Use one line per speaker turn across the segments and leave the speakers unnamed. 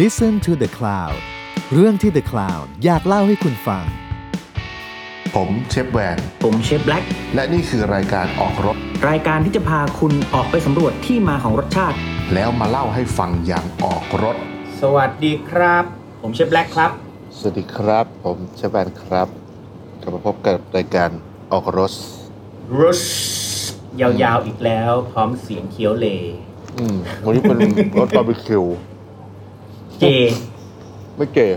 Listen to the Cloud เรื่องที่ The Cloud อยากเล่าให้คุณฟัง
ผมเชฟแวน
ผมเชฟแบล็ก
และนี่คือรายการออกรถ
รายการที่จะพาคุณออกไปสำรวจที่มาของรสชาติ
แล้วมาเล่าให้ฟังอย่างออกรถ
สวัสดีครับ ผมเชฟแบล็กครับ
สวัสดีครับ ผมเชฟแวนครับกลับมาพบกับรายการออกรส
รุชยาวๆอีกแล้ว พร้อมเสียงเคี้ยวเล
อืมวันนี้เป็น รสบาร์บีคิว
เจ
ไม่เก๋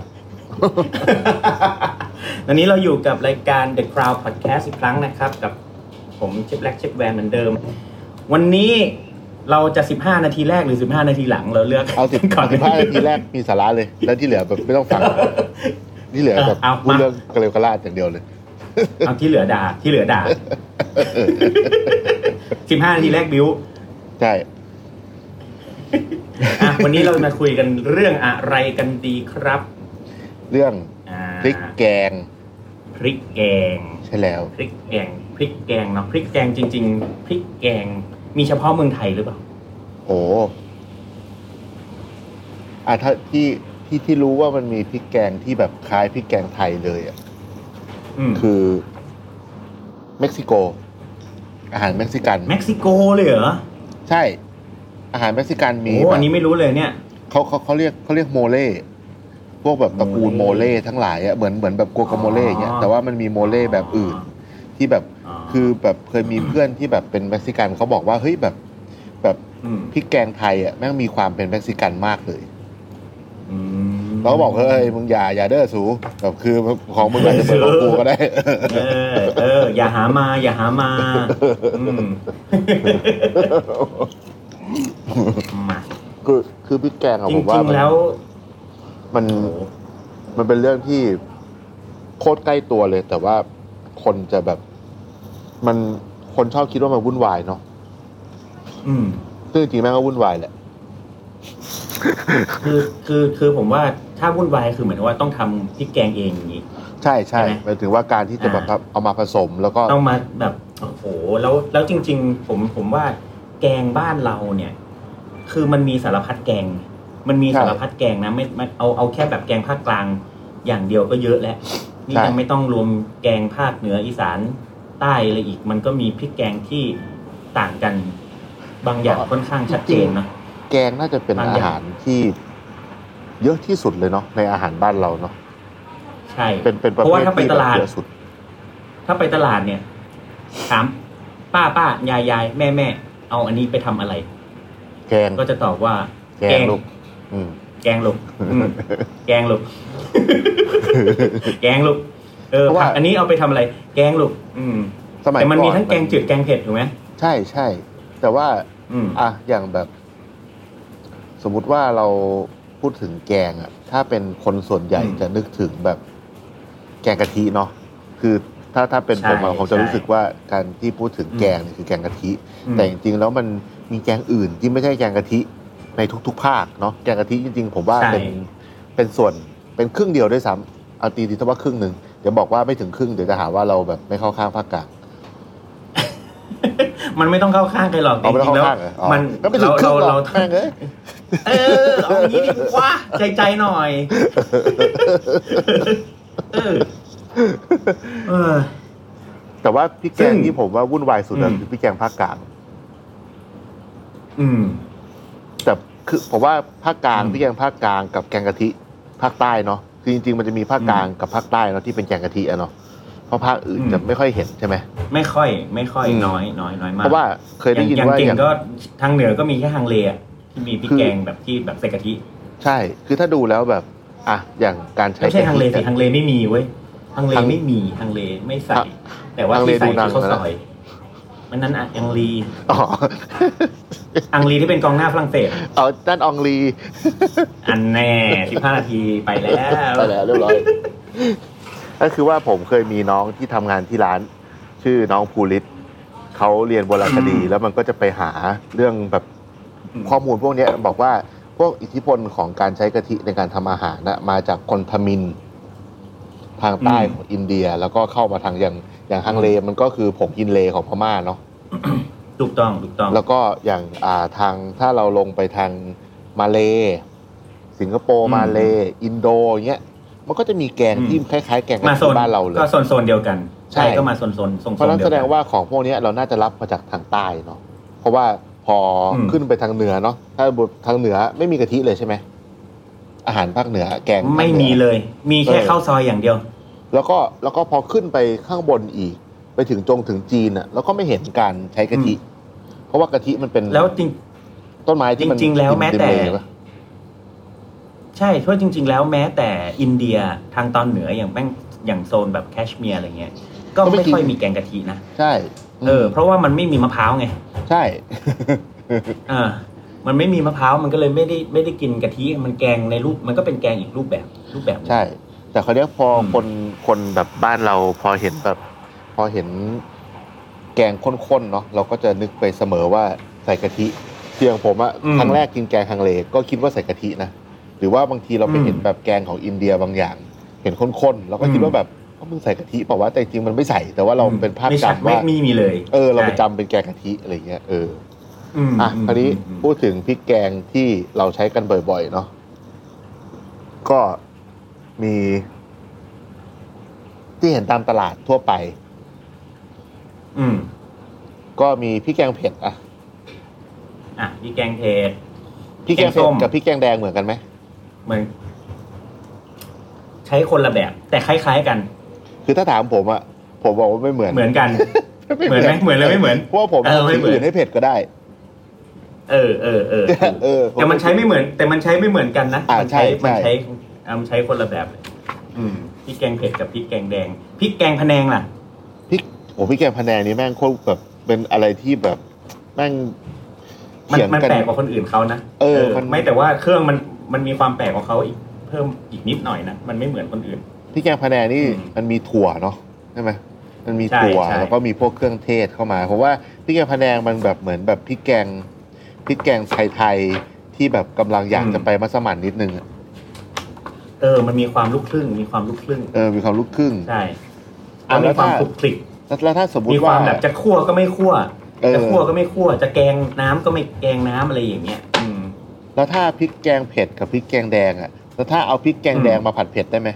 วันนี้เราอยู่กับรายการ The Crowd Podcast อีกครั้งนะครับ กับผมเชฟแบล็กเชฟแวนเหมือนเดิม วันนี้เราจะ 15 นาทีแรกหรือ 15 นาทีหลังเราเลือก
เอาสิบ
ก่อน
สิบห้านาทีแรกมีสาระเลย แล้วที่เหลือแบบไม่ต้องฟั ง ที่เหลือแบบ
เอา
พูดเรื่องกระเลวกระลาดอย่างเดียวเลย
เอาที่เหลือด่าที่เหลือด่า 15 นาทีแรกบิว
ใช่
อ่ะวันนี้เรามาคุยกันเรื่องอะไรกันดีครับ
เรื่อง
อ่า
พริกแกง
พริกแกง
ใช่แล้ว
พริกแกงพริกแกงเนาะพริกแกงจริง ๆ พริกแกงมีเฉพาะเมืองไทยหรือเปล่า
โอ้อ่ะถ้าที่ที่ที่รู้ว่ามันมีพริกแกงที่แบบคล้ายพริกแกงไทยเลยอ่ะ
อืม
คือเม็กซิโก อาหารเม็กซิกัน
เม็กซิโกเลยเหรอ
ใช่ อาหารเม็กซิกันมี
โอ้อันนี้
แบบ
ไม่รู้เลยเนี่ย
เขาเขาเขาเรียกเขาเรียกโมเล่พวกแบบตระกูลโมเล่ทั้งหลายอะเหมือนเหมือนแบบกัวกาโมเล่อย่างเงี้ย
อ๋อ
แต่ว่ามันมีโมเล่แบบอื่น ที่แบบ
อ๋อ
คือแบบเคยมีเพื่อนที่แบบเป็นเม็กซิกันเขาบอกว่าเฮ้ยแบบ แบบ
อืม
พริกแกงไทยอะแม่งมีความเป็นเม็กซิกันมากเลย
อืม
เราก็บอกเฮ้ยมึงอย่าอย่าเด้อสูแบบคือของมึงอาจจะเป็นของกูก็ได้
เออเออ อย่าหามา อย่าหามาอื มมา
คือคือพริกแกงอะ
จ
ผมว่า
ริงๆ
มัน
แล้ว
มัน
โอ้โห
มันเป็นเรื่องที่โคตรใกล้ตัวเลย แต่ว่าคนจะแบบมันคนชอบคิดว่ามันวุ่นวายเนาะ
อืม
ซึ่งจริงๆแม่งก็วุ่นวายแหละ
คือคือคือผมว่าถ้าวุ่นวายคือเหมือนว่าต้องทำพริกแกงเองอย่างนี้
ใช่ใช่
ใช่ไหม
หมายถึงว่าการที่จะแบบ
อ่า
เอามาผสมแล้วก็
ต้องมาแบบโอ้โหแล้วแล้วจริง ๆ ผมผมว่าแกงบ้านเราเนี่ย คือมันมีสารพัดแกง มันมีสารพัดแกงนะไม่ไม่เอาเอาแค่แบบแกงภาคกลางอย่างเดียวก็เยอะแล้วนี่ยังไม่ต้องรวมแกงภาคเหนืออีสานใต้อะไรอีก มันก็มีพริกแกงที่ต่างกันบางอย่างค่อนข้างชัดเจนเนอะ
แกงน่าจะเป็น
บางอย่าง
อาหารที่เยอะที่สุดเลยเนาะในอาหารบ้านเราเนาะ
ใช่
เป็นเป็นประ
เพราะ
เภ
ว่า
ท
ถ้าไป
ที่
ต
แบบ
ลาด
เยอะสุด
ถ้าไปตลาดเนี่ยถามป้าป้ายายยายแม่แม่เอาอันนี้ไปทำอะไร
แกง
ก็จะตอบว่า
แกงลูกอืม
แกงลูกอื มแกงลูก แกงลูกเออ
เพราะว่า
ผักอันนี้เอาไปทำอะไร แกงลูกอืม
สมัย
แต่มัน
ก่อ
มีทั้งแกงจืดแกงเผ็ดถูกไหม
ใช่ใช่แต่ว่า
อืม
อ่ะอย่างแบบ สมมุติว่าเราพูดถึงแกงอ่ะ ถ้าเป็นคนส่วนใหญ่จะนึกถึงแบบ แกงกะทิเนาะคือถ้าถ้าเป็นผมอะผมจะรู้สึกว่าการที่พูดถึงแกงเนี่ยคือแกงกะทิ
อืม
แต่จริงๆแล้วมันมีแกงอื่นที่ไม่ใช่แกงกะทิในทุก ๆ ภาคเนาะแกงกะทิจริง ๆ ผมว่า
ใช่
เป็นเป็นส่วนเป็นครึ่งเดียวด้วยซ้ำเอาตีตีทว่าครึ่งหนึ่งเดี๋ยวบอกว่าไม่ถึงครึ่งเดี๋ยวจะหาว่าเราแบบไม่เข้าข้างภาคกลาง
มันไม่ต้องเข้าข้างใครหรอก
เอาไป
จริงๆแล้ว
เข้าข้างเหรออ๋อ
มัน
ก็ไม่ถึงครึ่
เรา
งหรอก
เรา
แม่งเอ้ย
เออเอางี้ดีกว่าใจใจหน่ อยเออเออ
แต่ว่าพี่แก
ซึ่
ง
ง
ที่ผมว่าวุ่นวายสุด
อื
อะ
ม
คือพี่แกงภาคกลาง
อืม
แต่คือผมว่าภาคกลาง
อืม
พี่แกงภาคกลางกับแกงกะทิภาคใต้เนาะคือจริง ๆ มันจะมีภาคกลางกับภาคใต้เนาะที่เป็นแกงกะทิอะเนาะเพราะภาคอื่น
อืม
จะไม่ค่อยเห็นใช่ไหม
ไม่ค่อย ไม่ค่อย
อืม
น้อยน้อยน้อยมาก
เพราะว่าเคยได้ยิน
อาง
ว่า
เก่
อง ย่าง
ก็ทางเหนือก็มีแค่ฮังเลอะที่มีพริก
คือ
แกงแบบที่แบบใส่กะทิ
ใช่ คือถ้าดูแล้วแบบอ่ะอย่างการใช้
ไม่ใช่
กะทิ
ฮังเลสิ
อะ
ฮังเลไม่มีเว้ยฮังเล
ฮัง
ไม่มีฮังเลไม่ใส่
ฮะ
แต่ว่า
ฮังเล
ที่ใส่
ดูหนัง
ที่เขา
นะ
ซอยมันนั้นอะอังลี
อ๋ อ
อังลีที่เป็นกองหน้าฝรั่งเศส
เอาด้านอองลี
อันแน่สิบห้านาทีไปแล้ว
ไปแล้วเรียบร้อยก็คือว่าผมเคยมีน้องที่ทำงานที่ร้าน ชื่อน้องภูริศเขาเรียนโบราณคดี
อืม
แล้วมันก็จะไปหาเรื่องแบบ ข้อมูลพวกเนี้ยบอกว่าพวกอิทธิพลของการใช้กะทิในการทำอาหารนะมาจากคนทมิน ทางใต้
อืม
ของอินเดีย แล้วก็เข้ามาทางอย่างอย่างฮังเลมันก็คือผงอินเลของพม่าเนาะ
ถูกต้องถูกต้อง
แล้วก็อย่างอ่าทางถ้าเราลงไปทางมาเล สิงคโปร์ มาเลย์อินโดอย่างเงี้ยมันก็จะมีแกง
อืม
ที่คล้ายๆ แกงกะ
มาโซ
ทิ
น
บ้านเราเลย
ก็โซนโซนเดียวกัน
ใช่
ก็มาโซนโซนโซน
เพราะฉะนั้น
โซ
แส
น
ด
เย
ง
กัน
ว่าของพวกเนี้ยเราน่าจะรับมาจากทางใต้เนาะเพราะว่าพออ
ม
ขึ้นไปทางเหนือเนาะถ้าบททางเหนือไม่มีกะทิเลยใช่ไหมอาหารภาคเหนือแกงภาคหนือ
ไม่มีเลย มีแค่
เออ
ข้าวซอยอย่างเดียว
แล้วก็แล้วก็พอขึ้นไปข้างบนอีก ไปถึงจงถึงจีนอ่ะเราก็ไม่เห็นการใช้กะทิ เพราะว่ากะทิมันเป็น
แล้วจริง
ต้นไม้ที่มัน
จริงๆแล้วแม้แต่
ดินเลยปะ
ใช่เพราะจริง ๆ แล้วแม้แต่อินเดียทางตอนเหนืออย่างแม่งอย่างโซนแบบแคชเมียร์อะไรเงี้ย ก็ไม่ค่อยมีแกงกะทินะ
ใช่ม
เออ เพราะว่ามันไม่มีมะพร้าวไง
ใช่
เออมันไม่มีมะพร้าวมันก็เลยไม่ได้ไม่ได้กินกะทิ มันแกงในรูปมันก็เป็นแกงอีกรูปแบบรูปแบบหนึ่ง
ใช่ แต่เขาวเนี้ยพออ
ม
คนคนแบบบ้านเราพอเห็นแบบ พอเห็นแกงข้นๆเนาะเราก็จะนึกไปเสมอว่าใส่กะทิเพียงผมอะ
อืม
ครั้งแรกกินแกงคังเลก็คิดว่าใส่กะทินะหรือว่าบางทีเราไป
อืม
เห็นแบบแกงของอินเดียบางอย่าง เห็นข้นๆเราก็คิด
อืม
ว่าแบบว่ามึงใส่กะทิเปล่าวะแต่จริงๆมันไม่ใส่แต่ว่าเราเป็นภาพ
ไม่ใช่
จำว่า
ไม่มีเลย
เออเราไป
ใช่
จำเป็นแกงกะทิอะไรเงี้ยเออ
ม
อ่ะคราวนี้
อืม
พูดถึงพริกแกงที่เราใช้กันบ่อยๆเนาะก็มี ที่เห็นตามตลาดทั่วไป
อืม
ก็มีพริกแกงเผ็ดอะ
อ่ะมีแกงเทศ
พริกแกงเผ็
แกงส้
ด
ม
กับพริกแกงแดงเหมือนกันไหม
เหมือนใช้คนละแบบ แต่คล้าย ๆกัน
คือถ้าถามผมอะผมบอกว่าไม่เหมือน
เหมือนกัน เหมือนไหมเหมือนเลยไม่เหมือน
เพราะว่าผม
เออไม่
ทำสิ่ง
เหมือน
อื่นให้เผ็ดก็ได้
เออเออเออ
เออ
แต่มันใช้ไม่เหมือน แต่มันใช้ไม่เหมือนกันนะ
อ่า
มัใช้
ใช่
มัน
ใช่
ใช้อ่ะมันใช้คนละแบบเลยอืมพริกแกงเผ็ดกับพริกแกงแดงพริกแกงพะแนงล่ะ
พริกโอ้พริกแกงพะแนงนี่แม่งโคตรแบบเป็นอะไรที่แบบแม่ง
มัน
เถียง
มัน
กัน
แปลกกว่าคนอื่นเขานะ
เออมัน
ไม่แต่ว่าเครื่องมันมันมีความแปลกกว่าเขาอีกเพิ่มอีกนิดหน่อยนะมันไม่เหมือนคนอื่น
พริกแกงพะแนงนี่
อืม
มันมีถั่วเนาะใช่ไหมมันมีถั่ว
ใช่ใช่
แล้วก็มีพวกเครื่องเทศเข้ามาเพราะว่าพริกแกงพะแนงมันแบบเหมือนแบบพริกแกงพริกแกงไทยๆที่แบบกำลังอยากจะไปมัสมั่นนิดนึงอะ
เออ มันมีความลูกครึ่ง มีความลูกครึ่ง
เออมีความลูกครึ่ง
ใช่
อ่ะ
มัน
แล้
มี
ว
ความ
ถ้า
คลุกคลิก
แล้วแล้วถ้าสมม
มี
ติ
ค
ว่า
วามแบบจะคั่วก็ไม่คั่ว
เออ
จะคั่วก็ไม่คั่วจะแกงน้ำก็ไม่แกงน้ำอะไรอย่างเงี้ยอืม
แล้วถ้าพริกแกงเผ็ดกับพริกแกงแดงอะแล้วถ้าเอาพริกแกงแดง
อืม
มาผัดเผ็ดได้ไหม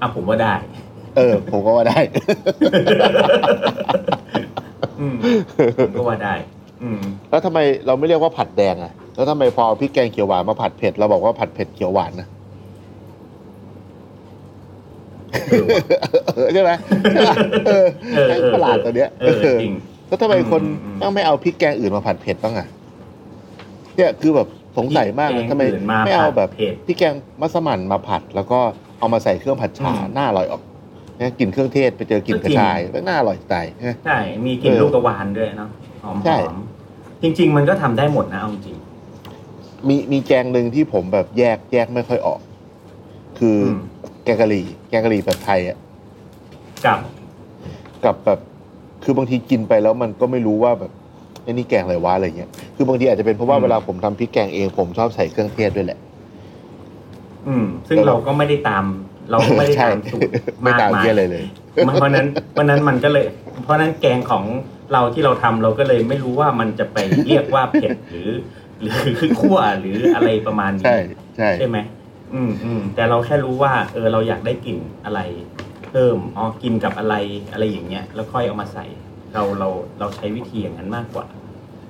อ่ะผมว่าได้
เออ ผมก็ว่าได้
อืมผมก็ว่าได้ อืม
แล้วทำไมเราไม่เรียกว่าผัดแดงอะแล้วทำไมพอเอาพริกแกงเขียวหวานมาผัดเผ็ดเราบอกว่าผัดเผ็ดเขียวหวานนะ
เออว่ะ
เออใช่ไหมใช่ปะเออ
เออ
แม่ง
เออ
ประหลาดตัวเนี้ย
เออจริง
แล้วทำไมคน
อืมอืม
ต้องไม่เอาพริกแกงอื่นมาผัดเผ็ดบ้างอ่ะเนี่ยคือแบบสงสัยมากเลยทำไม
แกงอื่นมา
ไม่เอาแบบ
เผ็ด
พริกแกงมัสมั่นมาผัด แล้วก็เอามาใส่เครื่องผัดฉ่า
อืม
หน้าอร่อยออกเนี่ยกลิ่นเครื่องเทศไปเจอกลิ่น
ก็
กระ
จริง
ชายแล้วหน้าอร่อยตายใช่ไหม
ใช่ มีกลิ่น
เออ
ลูกกระวานด้วยเนาะหอม
ใช่
หอมจริง ๆ มันก็ทำได้หมดนะเอาจริง
มีมีแกงหนึ่งที่ผมแบบแยกแยกไม่ค่อยออก คืออ
ม
แกงกะหรี่แกงกะหรี่แบบไทยอ่ะ
กับ
กับแบบคือบางทีกินไปแล้วมันก็ไม่รู้ว่าแบบไอ้นี่แกงอะไรวะอะไรเงี้ยคือบางทีอาจจะเป็นเพราะว่า
อืม
เวลาผมทำพริกแกงเองผมชอบใส่เครื่องเทศด้วยแหละ
อืม ซึ่ง
เออ
เราก็ไม่ได้ตาม เราก็ไม่ได้
ใช่
ตามสูตร
ไม่
มาก
ตาม
มาย
เที่ยอะไรเลย
เพราะนั้นเพราะนั้นมันก็เลย เพราะนั้นแกงของเราที่เราทำเราก็เลยไม่รู้ว่ามันจะไปเรียกว่าเผ็ดหรือ หรือคั่วหรืออะไรประมาณนี้
ใช่ใช่
ใช่ไหมอืมอืมแต่เราแค่รู้ว่า เออเราอยากได้กลิ่นอะไร เพิ่มอ๋อกินกับอะไรอะไรอย่างเงี้ย แล้วค่อยเอามาใส่ เราเราเราใช้วิธีอย่างนั้นมากกว่า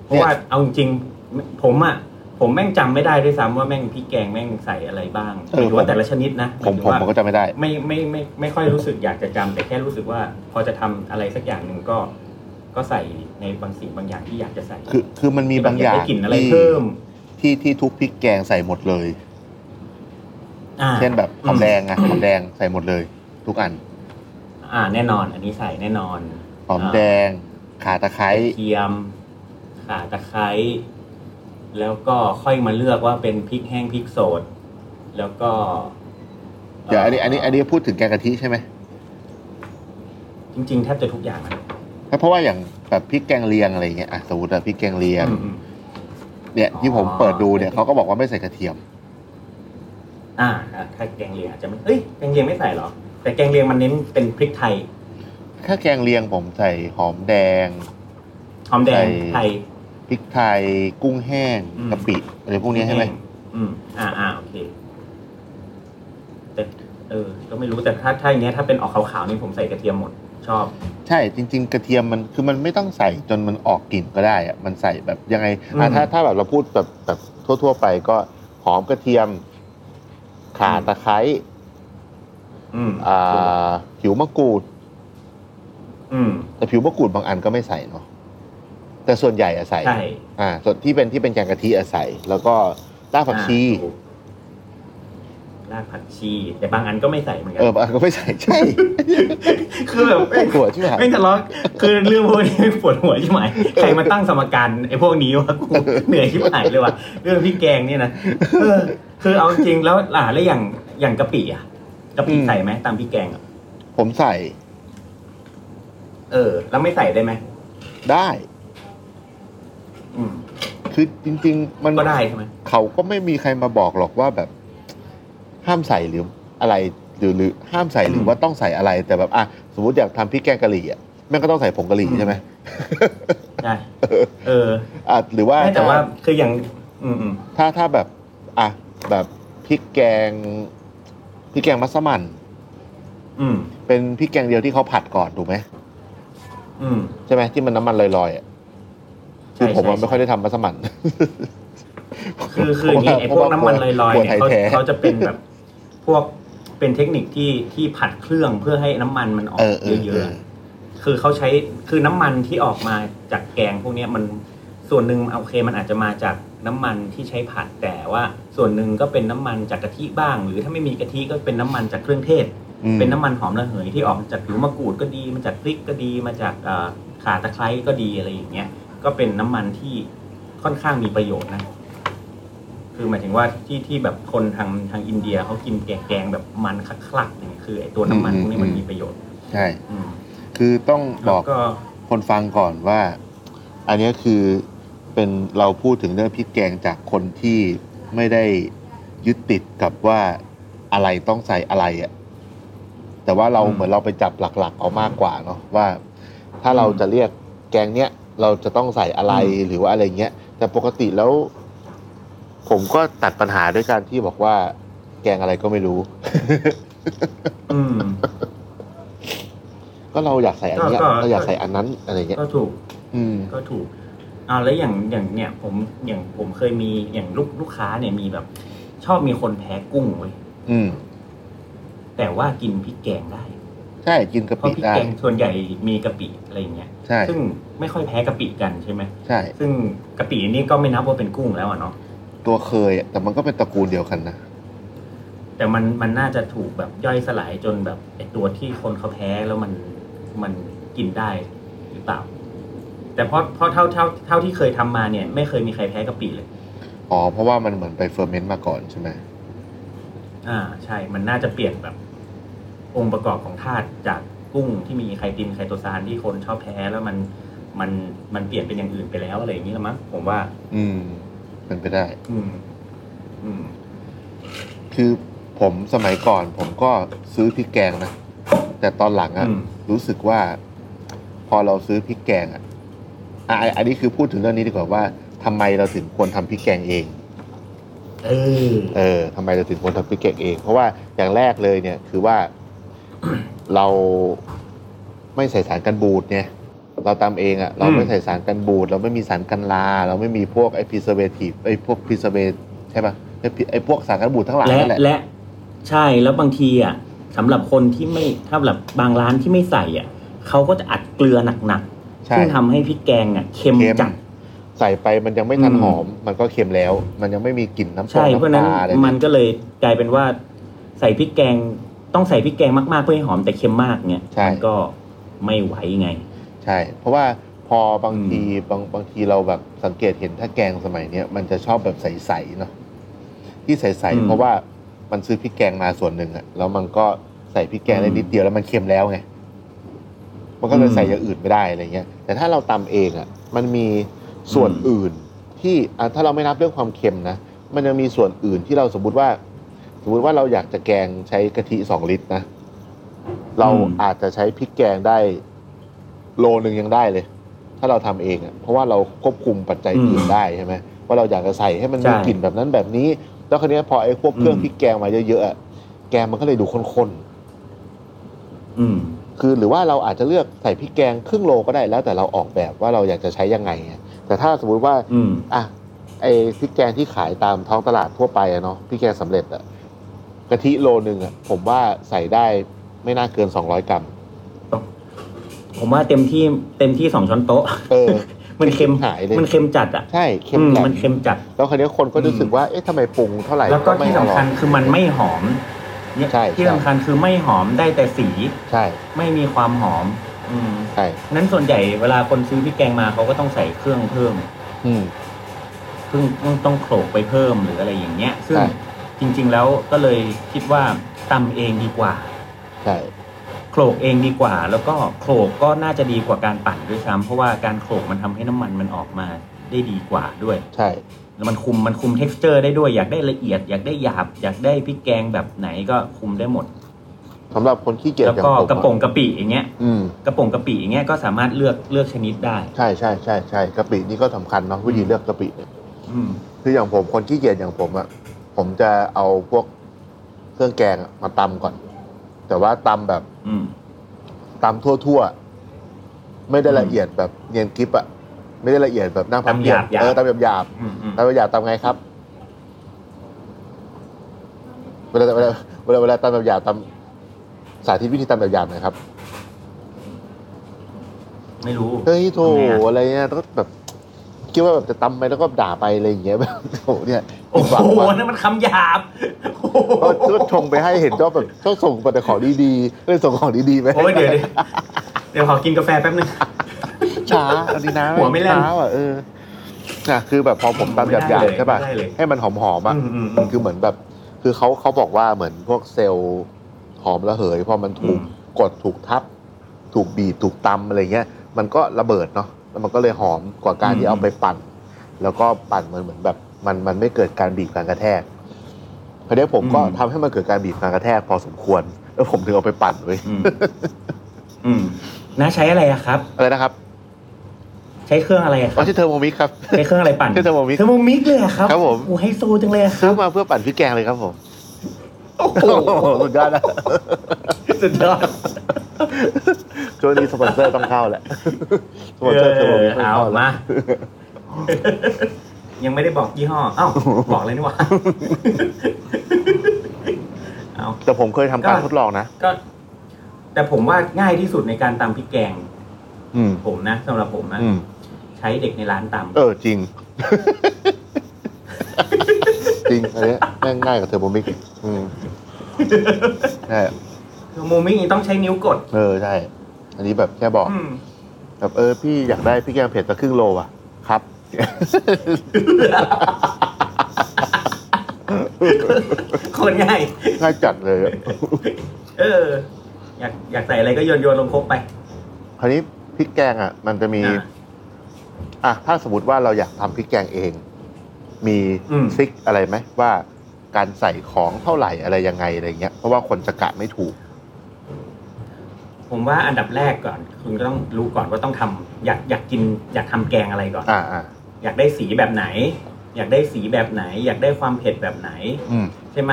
เพราะว่าเอาจริงๆผมอ่ะผมแม่งจำไม่ได้ด้วยซ้ำว่าแม่งพริกแกงแม่งใส่อะไรบ้างหรือว่าแต่ละชนิดนะ
ผม
หรือ
ผม
ว่า
มันก็จะไม่ได้
ไม่ไม่ไม่ไม่ค่อยรู้สึกอยากจะจำแต่แค่รู้สึกว่า พอจะทำอะไรสักอย่างหนึ่งก็ ก็ใส่ในบางสิ่งบางอย่างที่อยากจะใส่
คือคือมันมีบางอย
อาก
ย่าง
ได้กลิ่นอะไร
ที่
เพิ่ม
ที่ที่ทุกพริกแกงใส่หมดเลย
อ่า
เช่นแบบหอมแดงอะหอมแดงใส่หมดเลย ทุกอัน
อ่า แน่นอน อันนี้ใส่แน่นอน
หอมแดงข่าตะไคร้
กระเทียมข่าตะไคร้แล้วก็ค่อยมาเลือกว่าเป็นพริกแห้งพริกสดแล้วก็
เดี๋ยวอันนี้อันนี้อันนี้พูดถึงแกงกะทิใช่ไหม
จริงๆ แทบจะทุกอย่างนะ
เพราะว่าอย่างแบบพริกแกงเลียงอะไรเงี้ยอ่ะสมมติแบบพริกแกงเลียง
อืมอืม
เนี่ยที่ผม
อ๋อ
เปิดดูเนี่ยเขาก็บอกว่าไม่ใส่กระเทียม
อ่าอ่ะถ้าแกงเลียงอาจจะไม่เอ้ยแกงเลียงไม่ใส่เหรอ แต่แกงเลียงมันเน้นเป็นพริกไทย
ถ้าแกงเลียงผมใส่หอมแดง
หอมแดง
ใส่
ไทย
พริกไทย กุ้งแห้ง
อืม
กะปิอะไรพวกนี้ใช่ไหม
อื อืม อ่าอ่าโอเค แต่ เออ ก็ไม่รู้แต่ถ้าถ้าอย่างเงี้ยถ้าเป็นออกขาวๆนี่ผมใส่กระเทียมหมด ชอบ
ใช่จริง ๆ กระเทียมมันคือมันไม่ต้องใส่จนมันออกกลิ่นก็ได้อะมันใส่แบบยังไงอ่ะ
อืม
ถ้าถ้าแบบเราพูดแบบแบบทั่ว ๆ ไปก็หอมกระเทียม ข่า
อืม
ตะไคร้
อืม
อ่าผิวมะกรูด
อืม
แต่ผิวมะกรูดบางอันก็ไม่ใส่เนาะแต่ส่วนใหญ่อะใส่
ใช่
อ่า ส่วนที่เป็นที่เป็นแกงกะทิอะใส่แล้วก็รากผักชี
อ่าถูกรากผักชี แต่บางอันก็ไม่ใส่เหมือนกั
เออบางอันก็ไม่ใส่ ใช่
คือแบบ
ปวดหัวใช่ไหม
ไม่ทะเลาะคือเรื่องพวกนี้ปวดหัวใช่ไหมใครมาตั้งสมการไอ้พวกนี้วะกูเหนื่อยชิบหายเลยว่ะเรื่องพี่แกงเนี่ยนะเออ คือเอาจริงแล้วอ่าแล้วอย่างอย่างกะปิอ่ะกะปิ
อืม
ใส่ไหมตามพี่แกงอ่ะ
ผมใส่
เออ แล้วไม่ใส่ได้ไหม
ได้
อืม
คือจริง ๆ มัน
ก็ได้ใช่ไหม
เขาก็ไม่มีใครมาบอกหรอกว่าแบบห้ามใส่หรืออะไรหรือหรือห้ามใส่หรือว่าต้องใส่อะไรแต่แบบอ่ะสมมติอยากทำพริกแกงกะหรี่อ่ะแม่งก็ต้องใส่ผงกะหรี่
อืม
ใช่ไหม
ได้ เออ
อ่ะหรือว่า
ไม่แต่ว่า
ถ้า
คืออย่าง อืมอืม
ถ้าถ้าแบบอ่ะแบบพริกแกงพริกแกงมัสมั่น
อืม
เป็นพริกแกงเดียวที่เขาผัดก่อนถูกไหม
อืม
ใช่ไหมที่มันน้ำมันลอยๆอ่ะ
ใช่
คือผมอะ
ใช่
ไม่ค่อยได้ทำมัสมั่น
คือคืออย่างนี้ไอ้พวกน้ำมันลอยๆเนี่ยเขา
พวกไทยแท้
เขาจะเป็นแบบ พวกเป็นเทคนิคที่ที่ผัดเครื่องเพื่อให้น้ำมันมันออก
เออเออ
เย
เอ
อะ
อ
ๆคือเขาใช้คือน้ำมันที่ออกมาจากแกงพวกเนี้ยมันส่วนหนึ่งโอเคมันอาจจะมาจากน้ำมันที่ใช้ผัดแต่ว่า ส่วนหนึ่งก็เป็นน้ำมันจากกะทิบ้าง หรือถ้าไม่มีกะทิก็เป็นน้ำมันจากเครื่องเทศ
อืม
เป็นน้ำมันหอมระเหยที่ออกมาจากผิวมะกรูดก็ดีมาจากพริกก็ดีมาจากเอ่อข่าตะไคร้ก็ดีอะไรอย่างเงี้ย ก็เป็นน้ำมันที่ค่อนข้างมีประโยชน์นะ คือหมายถึงว่าที่ที่แบบคนทางทางอินเดียเขากินแกงแกงแบบมันคลักๆเนี่ยคือไอตัวน้ำมันพวกนี้มันมีประโยชน์
ใช่
อืม
คือต้องบ
แล้
อ
ว
ก
ก็
คนฟังก่อนว่า อันเนี้ยคือเป็นเราพูดถึงเรื่องพริกแกงจากคนที่ไม่ได้ยึดติดกับว่าอะไรต้องใส่อะไรอะ่ะแต่ว่าเรา
อืม
เหมือนเราไปจับหลักๆเอามากกว่าเนาะว่า ถ้าเรา
อืม
จะเรียกแกงเนี้ยเราจะต้องใส่อะไร
อืม
หรือว่าอะไรเงี้ยแต่ปกติแล้ว ผมก็ตัดปัญหาด้วยการที่บอกว่า แกงอะไรก็ไม่รู้
อืม
ก็เราอยากใส่อันเนี้ย
ก็ก็
เราอยากใส่อันนั้นอะไรเงี้ย
ก็ถูก
อืม
ก็ถูกอ่าแล้วอย่างอย่างเนี่ย ผมอย่างผมเคยมีอย่างลูกลูกค้าเนี่ยมีแบบ ชอบมีคนแพ้กุ้งเว้ย
อืม
แต่ว่ากินพริกแกงได้
ใช่กินกะ
เพ
ปิ
ราะพริก
ได้
แกงส่วนใหญ่มีกะปิอะไรอย่างเงี้ย
ใช่
ซึ่งไม่ค่อยแพ้กะปิกันใช่ไหม
ใช่
ซึ่งกะปินี่ก็ไม่นับว่าเป็นกุ้งแล้วอะเนาะ
ตัวเคยอะแต่มันก็เป็นตระกูลเดียวกันนะ
แต่มันมันน่าจะถูกแบบย่อยสลายจนแบบไอตัวที่คนเขาแพ้แล้วมันมันกินได้หรือเปล่า แต่เพราะเพราะเท่าเท่าเท่าที่เคยทำมาเนี่ย ไม่เคยมีใครแพ้กะปิเลย
อ๋อ เพราะว่ามันเหมือนไปเฟอร์เมนต์มาก่อนใช่ไหม
อ่าใช่ มันน่าจะเปลี่ยนแบบ องค์ประกอบของธาตุจากกุ้งที่มีไคตินไคโตซานที่คนชอบแพ้แล้วมันมันมันเปลี่ยนเป็นอย่างอื่นไปแล้วอะไรอย่างนี้ละมั้งผมว่า
อืม เป็นไปได้
อืม อืม
คือผมสมัยก่อน ผมก็ซื้อพริกแกงนะ แต่ตอนหลังอะ
อืม
รู้สึกว่า พอเราซื้อพริกแกงอะอ่ะอ่ะอันนี้คือพูดถึงเรื่องนี้ดีกว่าว่าทำไมเราถึงควรทำพริกแกงเอง
เออ
เออทำไมเราถึงควรทำพริกแกงเอง เพราะว่าอย่างแรกเลยเนี่ย คือว่า เราไม่ใส่สารกันบูดเนี่ยเราตำเองอะ่ะ เราไม่
อืม
ใส่สารกันบูด เราไม่มีสารกันลา เราไม่มีพวกไอ้พิเซเวทีฟไอ้พวกพิเซเวใช่ปะไอ้พิไอ้พวกสารกันบูดทั้งหลาย
และ
นั่นแหละ
และใช่แล้วบางทีอ่ะสำหรับคนที่ไม่ถ้าแบบบางร้านที่ไม่ใส่อ่ะเขาก็จะอัดเกลือหนักๆ
ใช่
ซึ่งทำให้พริกแกงอ่ะเค็ม
เค็ม
จัด
ใส่ไปมันยังไม่ทัน
อืม
หอม มันก็เค็มแล้ว มันยังไม่มีกลิ่นน้ำต
ใช่
ก
เพราะฉะ
น้ำ
นั้น
ปลาอะไร
มัน
เนี่ย
ก็เลยกลายเป็นว่า ใส่พริกแกงต้องใส่พริกแกงมากๆเพื่อให้หอมแต่เค็มมากเนี่ยมัก็ไม่ไหวไง
ใช่ เพราะว่าพอบาง
อืม
ทีบางบางทีเราแบบสังเกตเห็นถ้าแกงสมัยเนี้ยมันจะชอบแบบใสๆเนาะ ที่ใส
อื
ๆ
ม
เพราะว่ามันซื้อพริกแกงมาส่วนหนึ่งอะแล้วมันก็ใส่พริกแกงได้
อืม
นิดเดียวแล้วมันเค็มแล้วไงมันก็เลย
อืม
ใส่อย่างอื่นไม่ได้อะไรเงี้ย แต่ถ้าเราตำเองอะมันมีส่วน
อืม
อื่นที่อ่ะถ้าเราไม่นับเรื่องความเค็มนะมันยังมีส่วนอื่นที่เราสมมติว่า สมมติว่าเราอยากจะแกงใช้กะทิสองลิตรนะเราอาจจะใช้พริกแกงได้โลหนึ่งยังได้เลย ถ้าเราทำเองอะเพราะว่าเราควบคุมปัจจัยอื่น
อืม
ได้ใช่ไหมว่าเราอยากจะใส่ให้มันมี
ใช่
กลิ่นแบบนั้นแบบนี้ แล้วคนนี้ยพอไอ้พวกเครื่อง
อืม
พริกแกงมาเยอะๆอะแกงมันก็เลยดูข้น
อืม
ๆคือหรือว่าเราอาจจะเลือกใส่พริกแกงครึ่งโลก็ได้แล้วแต่เราออกแบบว่าเราอยากจะใช้ยังไงอะแต่ถ้าสมมุติว่า
อืม
อ่ะไอ้พริกแกงที่ขายตามท้องตลาดทั่วไปอะเนาะพริกแกงสำเร็จอะกะทิโลหนึ่งอะผมว่าใส่ได้ไม่น่าเกินสองร้อยกรัม
ผมว่าเต็มที่เต็มที่สองช้อนโต๊ะ
เออ
มันเค็ม
หายเลย
มันเค็มจัดอ่ะ
ใช่เค็ม
อืม
แหลม
มันเค็มจัด
แล้วคราวนี้คนก็รู้สึกว่าเอ๊ะทำไมปรุงเท่าไหร่
แล้วก็
ไม่
ที่
อ
สำ
ร่อ
คั
ย
ญคือมันไม่หอมเนี่ย
ใช่
ที่
ใช่
สำคัญคือไม่หอมได้แต่สี
ใช่
ไม่มีความหอม อืม
ใช่
นั้นส่วนใหญ่เวลาคนซื้อพริกแกงมาเขาก็ต้องใส่เครื่องเพิ่ม
อืม
เพิ่งต้องต้องโขลกไปเพิ่มหรืออะไรอย่างเงี้ย ซึ่ง
ใช่
จริง ๆ แล้วก็เลยคิดว่าตำเองดีกว่า
ใช่
โขลกเองดีกว่า แล้วก็โขลกก็น่าจะดีกว่าการปั่นด้วยซ้ำเพราะว่าการโขลกมันทำให้น้ำมันมันออกมาได้ดีกว่าด้วย
ใช่
แล้วมันคุมมันคุม t e x t อร์ได้ด้วยอยากได้ละเอียด อยากได้หยาบ อยากได้พริกแกงแบบไหนก็คุมได้หมด
สำหรับคนขี้เกียจ
แล้ว
อย่าง
ก็ก
ผม
ระป๋องกะปิอย่างเงี้ย
อืม
กระป๋องกะปิอย่างเงี้ยก็สามารถเลือกเลือกชนิดได้
ใช่ใช่ใช่ใช่กะปินี่ก็สำคัญเนาะวิธีเลือกกะปิเนี่ย
อืม
คืออย่างผมคนขี้เกียจอย่างผมอะผมจะเอาพวกเครื่องแกงอะมาตำก่อน แต่ว่าตำแบบ
อืม
ตามทั่วๆ ไม่ได้ละเอียดแบบเนียนกริฟอะไม่ได้ละเอียดแบบนั่งพั
ตำ
บ
ห
เพีย
ยา
บบ
ๆ
เออตามหยาบหยาบ
อืมอืม
ตามหยาบหยาบๆตามไงครับเวลาเวลาเวลาเวลาตามหยาบหยาบๆตามสาธิตวิธีตามหยาบหยาบๆหน่อยครับ
ไม่รู้
เฮ้ยโถ
ทำไงอะ
อะไรเนี่ยแล้วก็แบบคิดว่าแบบจะตำไปแล้วก็ด่าไปอะไรอย่างเงี้ยแบบโถเนี่ย
โอ้โห
ผิดหวังว่ะ
นั่นมันคำหยาบโอ้โห
ก็ก็ชงไปให้เห็นว่าแบบต้องส่งแต่ของดีๆเลยส่งของดีๆไปให้
โอ้ยเดี๋ยวเดี๋ยวเดี๋ยวขอกินกาแฟแป๊บนึง
ช้าอันนี้นะ
หัวไม่แล่น
ช้าอ่ะเออนะคือแบบพอผมตามหยาบหยาบๆใช่ป่ะ
ไม่ได้เลย
ให้มันหอมหอมๆอ่ะ
อืมอืม
คือเหมือนแบบ คือเขาเขาบอกว่าเหมือนพวกเซลล์หอมระเหย พอมันถูกกดถูกทับ ถูกบีบถูกตำอะไรเงี้ย มันก็ระเบิดเนาะ แล้วมันก็เลยหอมกว่าการที่เอาไปปั่น แล้วก็ปั่นมันเหมือนแบบ มันมันไม่เกิดการบีบการกระแทกคราวนี้ผมก็
อืม
ทำให้มันเกิดการบีบการกระแทกพอสมควร แล้วผมถึงเอาไปปั่นเว้ย
อืมอืมน้าใช้อะไรอะครับ
อะไรนะครับ
ใช้เครื่องอะไรอะครั
อ๋อบ ที่เทอร์โมมิกครับ
ใช้เครื่องอะไรปั่น
ใช้เทอร์โมมิก
เทอร์โมมิกเลยอะครับ
ครับผม
โอ้ไฮโซจังเลยอะครับ
ซื้อมาเพื่อปั่นพริกแกงเลยครับผม
โอ้โห
โอ้โหสุดยอดแล้ว
สุดยอด
ช่วงนี้สปอนเซอร์ต้องเข้าแหละ สปอนเซอร์เทอร์โมมิกต้อง
เอา
เข้าแล้ว
มา ยังไม่ได้บอกยี่ห้อ เอ้า บอกเลยนี่ หว่า เอา
แต่ผมเคยทำการ
ก็
ทดลองนะ
ก็ แต่ผมว่าง่ายที่สุดในการตำพริกแกง
อืม
ผมนะสำหรับผมนะ
อืม
ใช้เด็กในร้านตำ
เออ จริง จริงอันเนี้ยแม่งง่ายกว่าเทอร์โมมิกอีกอืมใช่
คือโมมินี่ต้องใช้นิ้วกด
เออ ใช่ อันนี้แบบแค่บอก
อืม
แบบเออ พี่อยากได้พี่แกงเผ็ดสักครึ่งโลอ่ะ ครับ
คนง่าย
ง่ายจัดเลยอะ
เออ อยากอยากใส่อะไรก็โยนโยนลงครกไป
คราวนี้พริกแกงอ่ะ มันจะมี
อ่า
อ่ะถ้าสมมติว่าเราอยากทำพริกแกงเอง มี
อืม
ทริคอะไรไหมว่าการใส่ของเท่าไหร่อะไรยังไงอะไรเงี้ยเพราะว่าคนจะกะไม่ถูก
ผมว่าอันดับแรกก่อน คุณก็ต้องรู้ก่อนว่าต้องทำอยากอยากกิน อยากทำแกงอะไรก่อน
อ่าอ่า
อยากได้สีแบบไหน อยากได้สีแบบไหน อยากได้ความเผ็ดแบบไหน
อืม
ใช่ไหม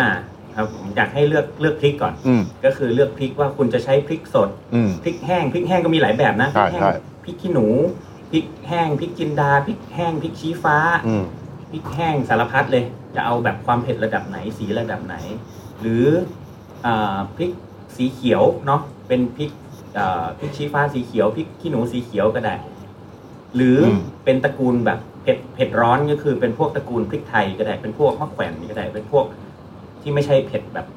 ครับผมอยากให้เลือกเลือกพริกก่อน
อืม
ก็คือเลือกพริกว่าคุณจะใช้พริกสด
อืม
พริกแห้งพริกแห้งก็มีหลายแบบนะพ
ใช่
ริกแห้ง
ใช่
พริกขี้หนูพริกแห้งพริกจินดาพริกแห้งพริกชี้ฟ้า
อืม
พริกแห้งสารพัดเลย จะเอาแบบความเผ็ดระดับไหนสีระดับไหน หรืออ่าพริกสีเขียวเนาะเป็นพริกอ่าพริกชี้ฟ้าสีเขียวพริกขี้หนูสีเขียวก็ได้ หรืออ
ม
เป็นตระกูลแบบเผ็ดเผ็ดร้อนก็คือเป็นพวกตระกูลพริกไทยก็ได้ เป็นพวกมะแขวนก็ได้ เป็นพวกที่ไม่ใช่เผ็ดแบบ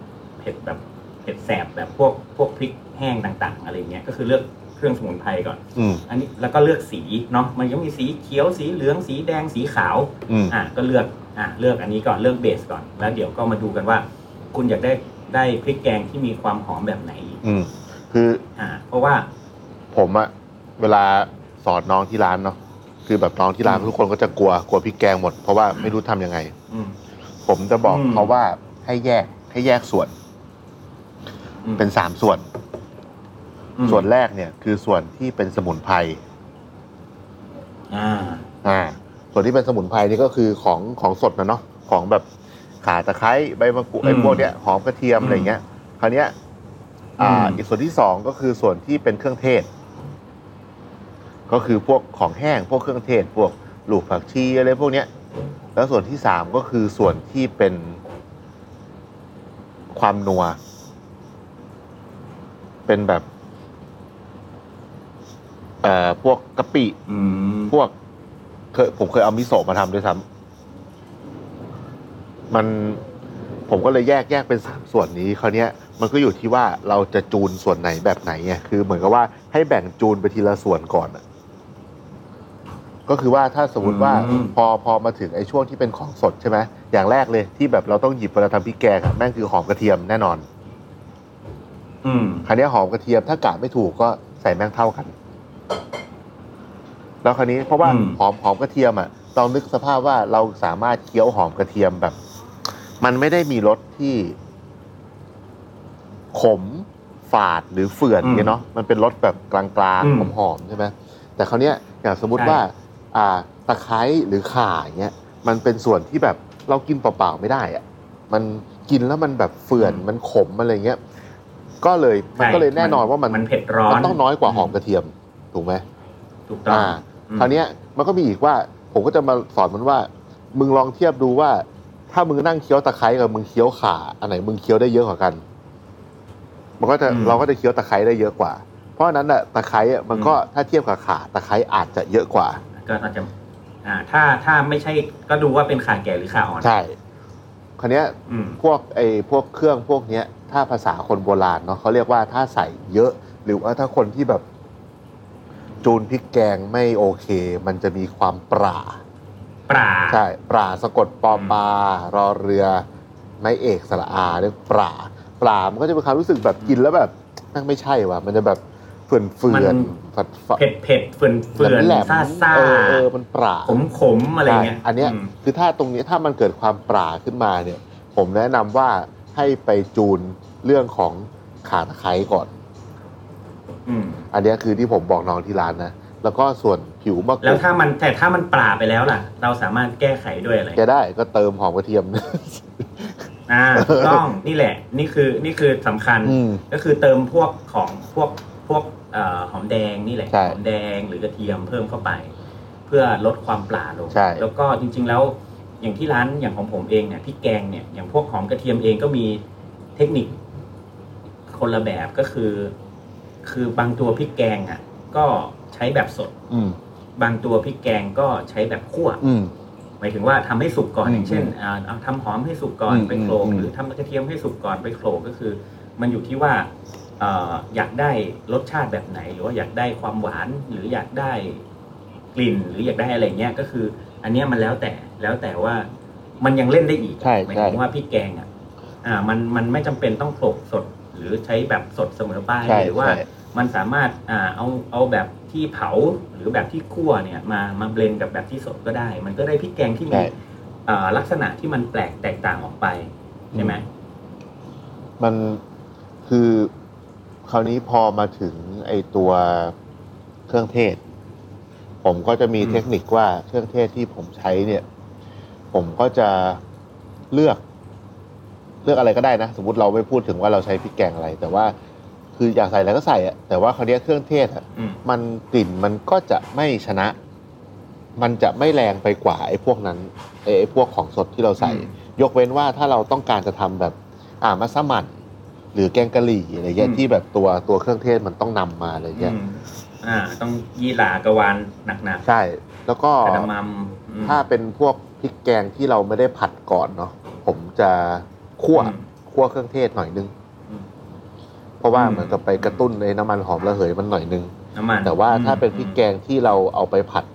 เผ็ดแบบเผ็ดแสบแบบพวกพวกพริกแห้งต่าง ๆ อะไรเงี้ยก็คือเลือกเครื่องสมุนไพรก่อน
อืม
อันนี้แล้วก็เลือกสีเนาะมันก็มีสีเขียวสีเหลืองสีแดงสีขาว
อืม
อ่ะก็เลือกอ่ะเลือกอันนี้ก่อนเลือกเบสก่อน แล้วเดี๋ยวก็มาดูกันว่า คุณอยากได้ได้พริกแกงที่มีความหอมแบบไหนอีก
อืม คือ
อ่ะเพราะว่า
ผมอะเวลาสอนน้องที่ร้านเนาะคือแบบน้องที่ร้าน
อืม
ทุกคนก็จะกลัวกลัวพริกแกงหมดเพราะว่าไม่รู้ทำยังไง
อืม
ผมจะบอก
อืม
เขาว่าให้แยกให้แยกส่วน
อืม
เป็นสามส่วน
อืม
ส่วนแรกเนี่ยคือส่วนที่เป็นสมุนไพร
อ่า
อ่า ส่วนที่เป็นสมุนไพรนี่ก็คือของของสดนะเนาะของแบบ ข่าตะไคร้ใบมะกรูดไอ้
อืม
พวกเนี้ยหอมกระเทียมอะไรเงี้ยคราวเนี้ยอ่า
อืม
อีกส่วนที่สองก็คือส่วนที่เป็นเครื่องเทศ ก็คือพวกของแห้งพวกเครื่องเทศ พวกลูกผักชีอะไรพวกเนี้ย แล้วส่วนที่สามก็คือส่วนที่เป็นความนัว เป็นแบบ เอ่อพวกกะปิ
อืม
พวกเคยผมเคยเอามิโซะมาทำด้วยซ้ำมันผมก็เลยแยกแยกเป็นสามส่วนนี้คราวเนี้ยมันก็อยู่ที่ว่าเราจะจูนส่วนไหนแบบไหนไงคือเหมือนกับว่าให้แบ่งจูนไปทีละส่วนก่อนอะก็คือว่าถ้าสมมติว่า
อืม
พอพอมาถึงไอ้ช่วงที่เป็นของสดใช่ไหมอย่างแรกเลยที่แบบเราต้องหยิบเวลาทำพริกแกงอะแม่งคือหอมกระเทียมแน่นอน
อืม
คราวนี้หอมกระเทียมถ้ากะไม่ถูกก็ใส่แม่งเท่ากัน แล้วคราวนี้เพราะว่า
อืม
หอมหอมกระเทียมอ่ะลองนึกสภาพว่าเราสามารถเคี้ยวหอมกระเทียมแบบ มันไม่ได้มีรสที่ ขมฝาดหรือเฟื่อนอย่างเงี้ยเนาะมันเป็นรสแบบกลาง
อื
ๆห
ม
อมๆใช่ไหมแต่คราวเนี้ยอย่างสมมติว่า
ใช่
อ่าตะไคร้หรือข่าอย่างเงี้ยมันเป็นส่วนที่แบบเรากินเปล่าๆไม่ได้อ่ะ มันกินแล้วมันแบบเฟื่อน
อืม
มันขมอะไรเงี้ย ก็เลยมันก็เลยแน่นอนว่ามัน
มันเผ็ดร้อน
มันต้องน้อยกว่าหอมกระเทียมถูกไหม
ถูกต้อง
อ่า คราวเนี้ยมันก็มีอีกว่า ผมก็จะมาสอนมันว่า มึงลองเทียบดูว่า ถ้ามึงนั่งเคี้ยวตะไคร้กับมึงเคี้ยวข่าอันไหนมึงเคี้ยวได้เยอะกว่ากัน มันก็จะเราก็จะเคี้ยวตะไคร้ได้เยอะกว่า เพราะฉะนั้นน่ะตะไคร้อะมันก็ถ้าเทียบกับข่าตะไคร้อาจจะเยอะกว่า
ก็อาจจะ อ่า ถ้าถ้าไม่ใช่ก็ดูว่าเป็นขาแก่หรือขาอ่อน
ใช่ คราวเนี้ย
อืม
พวกไอ้พวกเครื่องพวกเนี้ย ถ้าภาษาคนโบราณเนาะเขาเรียกว่าถ้าใส่เยอะ หรือว่าถ้าคนที่แบบ จูนพริกแกงไม่โอเค มันจะมีความปรา
ปลา
ใช่ ปราสะกดปอปลารอเรือ ไม่เอกสระอาเรียกปราปรามันก็จะเป็นความรู้สึกแบบกินแล้วแบบนั่งไม่ใช่ว่ะ มันจะแบบเฟื่อนเฟื่
มั
อน
น
ฝัดฝัด
เผ็ดเผ็ดเฟื่อนเฟื่อน
แหลม
ซ่า
ๆ
ซ่า
เออเออมันปรา
ขมขมๆอะไรเงี้ย
ใช่อันเนี้ย
อืม
คือถ้าตรงนี้ถ้ามันเกิดความปราขึ้นมาเนี่ย ผมแนะนำว่าให้ไปจูนเรื่องของขาตะไคร้ก่อน
อืม
อันเนี้ยคือที่ผมบอกน้องที่ร้านนะ แล้วก็ส่วนผิวมะก
แล้
รู
ว
ด
ถ้ามันแต่ถ้ามันปลาไปแล้วล่ะ เราสามารถแก้ไขด้วยอะไร
จะได้ก็เติมหอมกระเทียม
อ่าถูกต้องนี่แหละ นี่คือนี่คือสำคัญ
อืม
ก็คือเติมพวกของพวกพวกเอ่อหอมแดงนี่แหละ
ใช่
หอมแดงหรือกระเทียมเพิ่มเข้าไป เพื่อลดความปลาลง
ใช่
แล้วก็จริง ๆ แล้วอย่างที่ร้านอย่างของผมเองเนี่ยพริกแกงเนี่ยอย่างพวกหอมกระเทียมเองก็มีเทคนิคคนละแบบก็คือ คือบางตัวพริกแกงอ่ะ ก็ใช้แบบสด
อืม
บางตัวพริกแกงก็ใช้แบบคั่ว
อืม
หมายถึงว่าทำให้สุกก่อน
อืม
อย่างเช่นอ่าเอาทำหอมให้สุกก่อน
อืม
ไปโขลก
อืม
หรือทำกระเทียมให้สุกก่อนไปโขลกก็คือ มันอยู่ที่ว่าเอ่ออยากได้รสชาติแบบไหน หรือว่าอยากได้ความหวานหรืออยากได้กลิ่นหรืออยากได้อะไรเงี้ยก็คือ อันเนี้ยมันแล้วแต่แล้วแต่ว่ามันยังเล่นได้อีก
ใช่
หมาย
ใช่
ถึงว่าพริกแกงอ่ะอ่ามันมันไม่จำเป็นต้องโขลกสด หรือใช้แบบสดเสมอไป
ใช่
หรือว่า
ใช่
มันสามารถอ่าเอาเอาแบบที่เผาหรือแบบที่คั่วเนี่ยมามาเบลนกับแบบที่สดก็ได้ มันก็ได้พริกแกงที่มี
ใช่
เอ่อลักษณะที่มันแปลกแตกต่างออกไปใช่ไหม
มันคือคราวนี้พอมาถึงไอตัวเครื่องเทศ ผมก็จะมี
อืม
เทคนิคว่าเครื่องเทศที่ผมใช้เนี่ย ผมก็จะเลือก เลือกอะไรก็ได้นะ สมมติเราไม่พูดถึงว่าเราใช้พริกแกงอะไร แต่ว่าคืออยากใส่อะไรก็ใส่อะแต่ว่าคราวนี้เครื่องเทศอะ
อืม
มันกลิ่นมันก็จะไม่ชนะ มันจะไม่แรงไปกว่าไอ้พวกนั้นไอ้ไอ้พวกของสดที่เราใส่ ยกเว้นว่าถ้าเราต้องการจะทำแบบอ่ามัสมั่นหรือแกงกะหรี่อะไรเงี้ย
อืม
ที่แบบตัวตัวเครื่องเทศมันต้องนำมาอะไรเงี้ย
อืมอ่า ต้องยีหลากระวานหนัก
ใช่ แล้วก็
ๆกระดำมัมอืม
ถ้าเป็นพวกพริกแกงที่เราไม่ได้ผัดก่อนเนาะผมจะคั่ว
อืม
คั่วเครื่องเทศหน่อยนึง
อืม
เพราะว่า
อืม
เหมือนกับไปกระตุ้นในน้ำมันหอมระเหยมันหน่อยนึง
น้ำมัน
แต่ว่า
อืม
ถ้าเป็นพริกแกงที่เราเอาไปผัด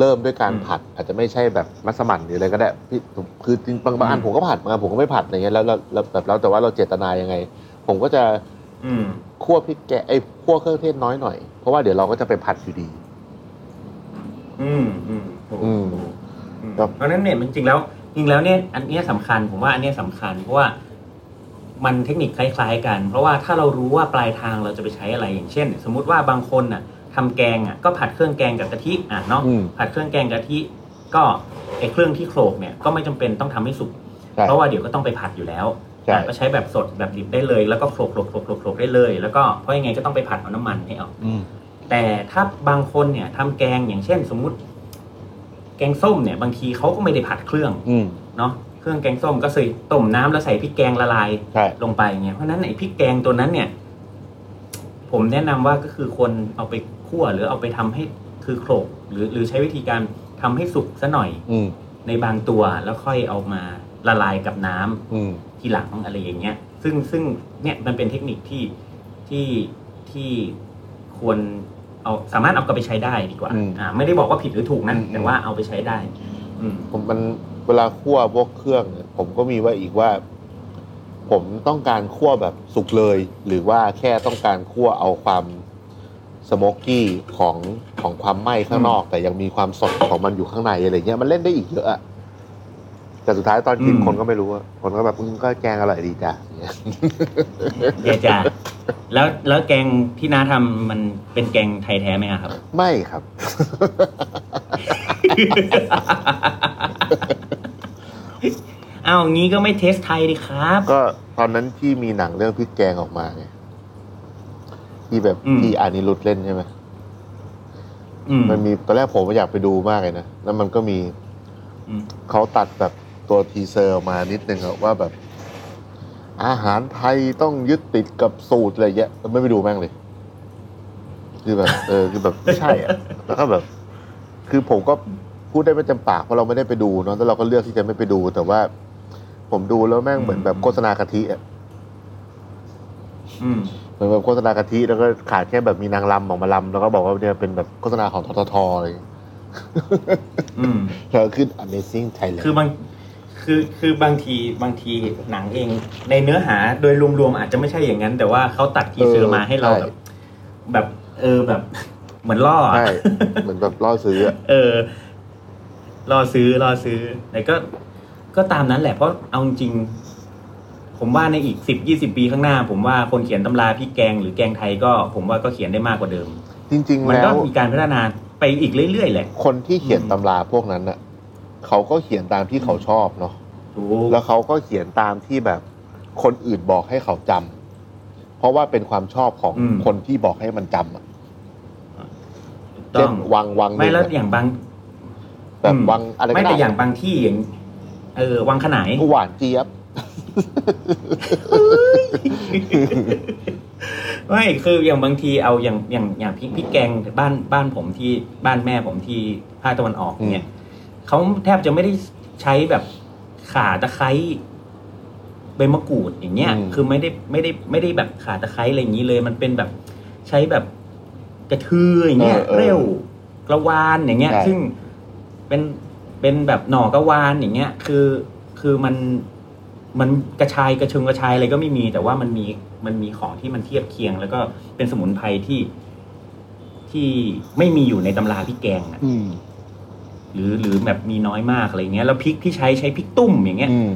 เริ่มด้วยการผัด อาจจะไม่ใช่แบบมัสมั่นหรืออะไรก็ได้พี่คือจริงบางบางอันผมก็ผัดบางอันผมก็ไม่ผัดอะไรเงี้ยแล้วแล้วแล้วแบบแล้วแต่ว่าเราเจตนายังไง ผมก็จะ
อืม
คั่วพริกแกงไอ้ยคั่วเครื่องเทศน้อยหน่อยเพราะว่าเดี๋ยวเราก็จะไปผัดอยู่ดี
อืมอืมถูก
อืม
ถูกอืม
ครับ
เพราะฉะนั้นเนี่ยจริงๆแล้วจริงๆแล้วเนี่ย อันเนี้ยสำคัญผมว่าอันเนี้ยสำคัญเพราะว่ามันเทคนิคคล้าย ๆ กัน เพราะว่าถ้าเรารู้ว่าปลายทางเราจะไปใช้อะไรอย่างเช่น สมมุติว่าบางคนน่ะทำแกงอ่ะก็ผัดเครื่องแกงกับกะทิอ่ะเนาะ
อืม
ผัดเครื่องแกงกะทิก็ไอเครื่องที่โขลกเนี่ยก็ไม่จำเป็นต้องทำให้สุก
ใช่
เพราะว่าเดี๋ยวก็ต้องไปผัดอยู่แล้ว
ใช่
อ่ะก็ใช้แบบสดแบบดิบได้เลย แล้วก็โขลกโขลกโขลกโขลกโขลกได้เลย แล้วก็เพราะยังไงก็ต้องไปผัดเอาน้ำมันให้ออก
อืม
แต่ถ้าบางคนเนี่ยทำแกงอย่างเช่น สมมุติ แกงส้มเนี่ย บางทีเขาก็ไม่ได้ผัดเครื่อง
อืม
เนาะเครื่องแกงส้มก็ใส่ต้มน้ำแล้วใส่พริกแกงละลาย
ใช่
ลงไปเงี้ยเพราะฉะนั้นไอ้พริกแกงตัวนั้นเนี่ย ผมแนะนำว่าก็คือควรเอาไปคั่วหรือเอาไปทำให้คือโขลกหรือหรือใช้วิธีการทำให้สุกซะหน่อย
อืม
ในบางตัวแล้วค่อยเอามาละลายกับน้ำ
อืม
ทีหลังอะไรอย่างเงี้ย ซึ่งซึ่งเนี่ยมันเป็นเทคนิคที่ที่ที่ควรเอาสามารถเอากลับไปใช้ได้ดีกว่า
อืม
อ่า ไม่ได้บอกว่าผิดหรือถูกนะ
อืม
แต่ว่าเอาไปใช้ได้ อืม
ผมมันเวลาคั่วพวกเครื่องเนี่ยผมก็มีไว่าอีกว่า ผมต้องการคั่วแบบสุกเลย หรือว่าแค่ต้องการคั่วเอาความสโมกกี้ของของความไหม้ข้างนอก แต่ยังมีความสดของมันอยู่ข้างในอะไรเงี้ยมันเล่นได้อีกเยอะอะแต่สุดท้ายตอนกิน
อืม
คนก็ไม่รู้อะคนก็แบบมึงก็แกงอร่อยดีจ้ะ
เดี๋ยวจะแล้วแล้วแกงที่น้าทำมันเป็นแกงไทยแท้ไหมอะครับ
ไม่ครับ
เอาวงี้ก็ไม่เทสไทยดีครับ
ก็ตอนนั้นที่มีหนังเรื่องพริกแกงออกมาไงที่แบบ
อืม
ที่อานิรุทธเล่นใช่ไหม
อืม
มันมีตอนแรกผมอยากไปดูมากเลยนะ แล้วมันก็มี
อืม
เขาตัดแบบตัวทีเซอร์ออกมานิดนึงอะว่าแบบ อาหารไทยต้องยึดติดกับสูตรอะไรเงี้ยไม่ไปดูแม่งเลย คือแบบ เออคือแบบไม่ใช่อะแล้วก็แบบ คือผมก็พูดได้ไม่เต็มปากเพราะเราไม่ได้ไปดูเนาะแล้วเราก็เลือกที่จะไม่ไปดู แต่ว่า ผมดูแล้วแม่งเหมือนแบบโฆษณากะทิอะ
อืม
เหมือนแบบโฆษณากะทิแล้วก็ขาดแค่แบบมีนางรำออกมาลำแล้วก็บอกว่าเนี่ยเป็นแบบโฆษณาของทททอะไรอย่างเลย
อืม
แล้วขึ้น Amazing Thailand
คือบางคือคือบางทีบางทีหนังเอง ในเนื้อหาโดยรวมๆอาจจะไม่ใช่อย่างนั้น แต่ว่าเขาตัดทีเซอร์มาให้เรา
ใช่
แบบแบบเออแบบ เหมือนล่ออะ
ใช่ เหมือนแบบล่อซื้ออะ
เออรอซื้อรอซื้อแต่ก็ก็ตามนั้นแหละเพราะเอาจริงๆผมว่าในอีกสิบยี่สิบปีข้างหน้า ผมว่าคนเขียนตำราพี่แกงหรือแกงไทยก็ผมว่าก็เขียนได้มากกว่าเดิม
จริง ๆ
มัน
แล้
ก็
ว
มีการพัฒนาไปอีกเรื่อยๆแหละ
คนที่เขียน
อืม
ตำราพวกนั้นน่ะเขาก็เขียนตามที่เขาชอบเนาะ
ถู
แล้
ก
วเขาก็เขียนตามที่แบบคนอื่นบอกให้เขาจำเพราะว่าเป็นความชอบของคนที่บอกให้มันจำอะเช่
ต้อน ง
วังวังห
ไม่
นึ่ง
แล้ว
อะ
อย่างบาง
แบบ
อืม
วังอะไร
ไม่
ก็
แต่อ
ได้
ย่างบางที่อย่างเออวังขนาย
หวานเจี๊ยบ
ไม่คืออย่างบางทีเอาอย่างอย่างอย่างพริกพริกแกงบ้านบ้านผมที่บ้านแม่ผมที่ภาคตะวันออกเนี่ยเขาแทบจะไม่ได้ใช้แบบข่าตะไคร้ใบมะกรูดอย่างเงี้ย
อืม
คือไม่ได้ไม่ได้ไม่ได้แบบข่าตะไคร้อะไรอย่างนี้เลย มันเป็นแบบใช้แบบกระเทืออย่างเงี้ย
เออเออ
เร็วกระวานอย่างเงี้ย
ใช่
ซึ่ง เป็นเป็นแบบหน่อกระวานอย่างเงี้ย คือคือมันมันกระชายกระเชงกระชายอะไรก็ไม่มี แต่ว่ามันมีมันมีของที่มันเทียบเคียง แล้วก็เป็นสมุนไพรที่ที่ไม่มีอยู่ในตำราพริกแกงอะ
อืม
หรือหรือแบบมีน้อยมากอะไรเงี้ยแล้วพริกที่ใช้ใช้พริกตุ้มอย่างเงี้ย
อืม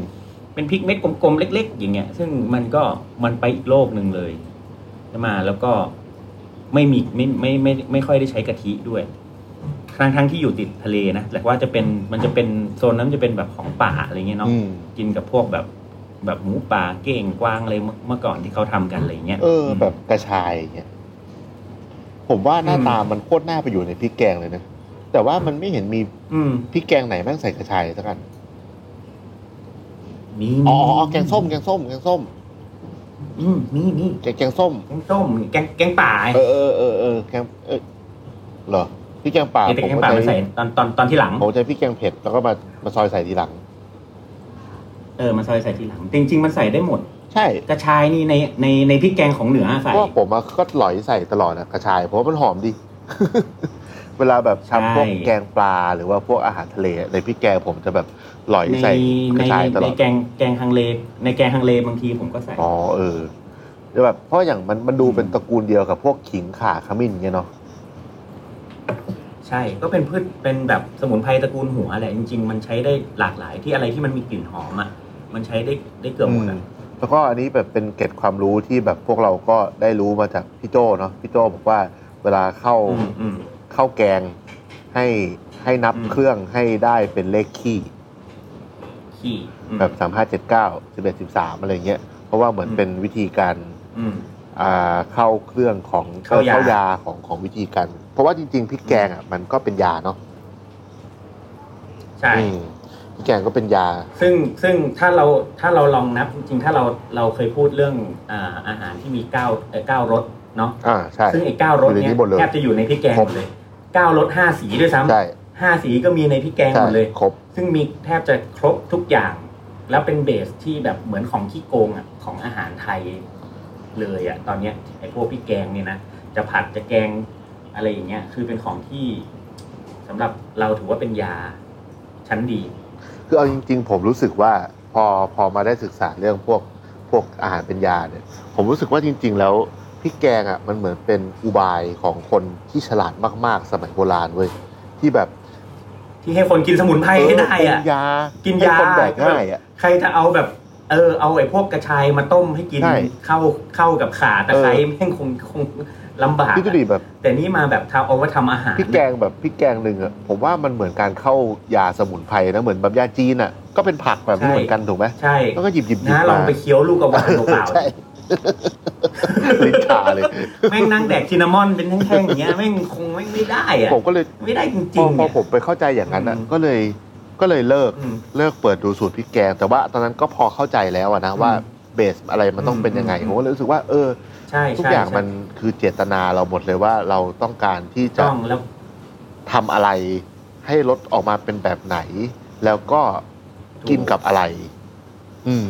เป็นพริกเม็ดกลมๆ เล็ก ๆ อย่างเงี้ย ซึ่งมันก็มันไปอีกโลกหนึ่งเลยใช่ไหมแล้วก็ไม่มีไม่ไม่ไม่ไม่ไม่ค่อยได้ใช้กะทิด้วยทั้งทั้งที่อยู่ติดทะเลนะแต่ว่าจะเป็นมันจะเป็นโซนนั้นจะเป็นแบบของป่าอะไรเงี้ยเนาะ
อืม
กินกับพวกแบบแบบหมูป่าเก้งกวางอะไรเมื่อเมื่อก่อนที่เขาทำกันอะไรเงี้ย
เออ แบบกระชายอย่างเงี้ยผมว่าหน้า
อืม
ตามันโคตรหน้าไปอยู่ในพริกแกงเลยนะแต่ว่ามันไม่เห็นมี
อืม
พริกแกงไหนแม่งใส่กระชายสักอัน
มี
อ๋ออ๋อแกงส้ม แกงส้ม แกงส้ม
อืมมีมี
แกงแกงส้ม
แกงส้มแกงแกงป่าไอ้
เออเออเออเออแกงเออเหรอพี่แกงป่า
แต่
ผม
แกง
ก็
ป่ามัน
ใช้
ใส่ตอนตอนตอนที่หลัง
ผมใช้พี่แกงเผ็ดแล้วก็มามาซอยใส่ทีหลัง
เออมันซอยใส่ทีหลัง จริง ๆ มันใส่ได้หมด
ใช่
กระชายนี่ในในในพริกแกงของเหนือใส่
เพราะว่าผมอะก็หลอยใส่ตลอดนะกระชาย เพราะว่ามันหอมดี เวลาแบบทำพวก
ใช่
แกงปลาหรือว่าพวกอาหารทะเลในพี่แกงผมจะแบบหลอย
ใน
ใส่ก
ใน
ระชายตล
ใน
อด
แกงแกงฮังเลในแกงฮังเลบางทีผมก็ใส่
อ๋อเออแล้วแบบเพราะอย่างมันมันดู
อืม
เป็นตระกูลเดียวกับพวกขิงข่าขมิ้นเงี้ยเนาะ
ใช่ก็เป็นพืชเป็นแบบสมุนไพรตระกูลหัวแหละจริง ๆ มันใช้ได้หลากหลายที่อะไรที่มันมีกลิ่นหอมอ่ะมันใช้ได้ได้เกือบหมด
อื
อ่ะ
มแล้วก็อันนี้แบบเป็นเกร็ดความรู้ที่แบบพวกเราก็ได้รู้มาจากพี่โจเนาะพี่โจบอกว่าเวลาเข้า
อืมอืม
ข้าวแกงให้ให้นับ
อืม
เครื่องให้ได้เป็นเลขขี้
ข ขี้อืม
แบบสามห้าเจ็ดเก้าสิบเอ็ดสิบสามอะไรเงี้ยเพราะว่าเหมือนเป็นวิธีการ
อืม
อ่าเข้าเครื่องของ
เข้ายา
ยาของของวิธีการ เพราะว่าจริงๆพริกแกงอ่ะมันก็เป็นยาเนาะ
ใช่
อืมพริกแกงก็เป็นยา
ซึ่งซึ่งถ้าเราถ้าเราลองนับจริงๆถ้าเราเราเคยพูดเรื่องอ่าอาหารที่มีเก้าเอ่อเก้ารสเนาะ
อ่าใช่
ซึ่งไอ้เก้ารส
อยู่ใน
เนี้
นี้
ย
หมดเลย
แทบจะอยู่ในพริกแกง
คร
ห
บ
มดเลยเก้ารสห้าสีด้วยซ้
ใช่
ำห้าสีก็มีในพริกแกง
ใช่
หมดเลย
ครบ
ซึ่งมีแทบจะครบทุกอย่าง แล้วเป็นเบสที่แบบเหมือนของขี้โกงอ่ะของอาหารไทยเลยอ่ะตอนเนี้ยไอ้พวกพริกแกงเนี่ยนะจะผัดจะแกงอะไรอย่างเงี้ยคือเป็นของที่สำหรับเราถือว่าเป็นยาชั้นดี
คือเอาจริง ๆ ผมรู้สึกว่าพอพอมาได้ศึกษาเรื่องพวกพวกอาหารเป็นยาเนี่ย ผมรู้สึกว่าจริง ๆ แล้วพริกแกงอ่ะมันเหมือนเป็นอุบายของคนที่ฉลาดมากๆ สมัยโบราณเว้ยที่แบบ
ที่ให้คนกินสมุนไพรให้ได้
เออ
อ่ะ
กินยากิ
กินยา
คนแบกง่ายอ่ะ
ใครจะเอาแบบ เออ เอาไอ้พวกกระชายมาต้มให้กิน
ใช่
เข้าเข้ากับขาตะไคร้
เออ
แม่งคงคงลำบาก
พี่ตุ
อะ
ดิแบบ
แต่นี่มาแบบทำเอาไว้ทำอาหาร
พริกแกงแบบพริกแกงหนึ่งอ่ะผมว่ามันเหมือนการเข้ายาสมุนไพรนะเหมือนแบบยาจีนอ่ะก็เป็นผักแบบนี้เหมือนกันถูกไหม
ใช่
แล้วก็หยิบหยิบหยิบ
นะล
มา
องไปเคี้ยวลูกกระวานเปล่าๆ
ใช่ ลิ้นชาเลย
แม่งนั่งแดกซินนามอนเป็นแท่งๆอย่างเงี้ยแม่งคงแม่งไม่ได้อ่ะ
ผมก็เลย
ไม่ได้จริง
พอ
ๆ
พอ
เนี่ย
ผมไปเข้าใจอย่างนั้นอ่ะ
อืม
ก็เลยก็เลยเลิก
อืม
เลิกเปิดดูสูตรพริกแกง แต่ว่าตอนนั้นก็พอเข้าใจแล้วอะนะว่าเบสอะไรมันต้องเป็นยังไง
อืม
ผมก็เลยรู้สึกว่าเออ
ใช่
ทุก
ใช่
อย่างมันคือเจตนาเราหมดเลยว่าเราต้องการที่จะ
ต้องแล้ว
ทำอะไรให้รถออกมาเป็นแบบไหน แล้วก็กินกับอะไร อืม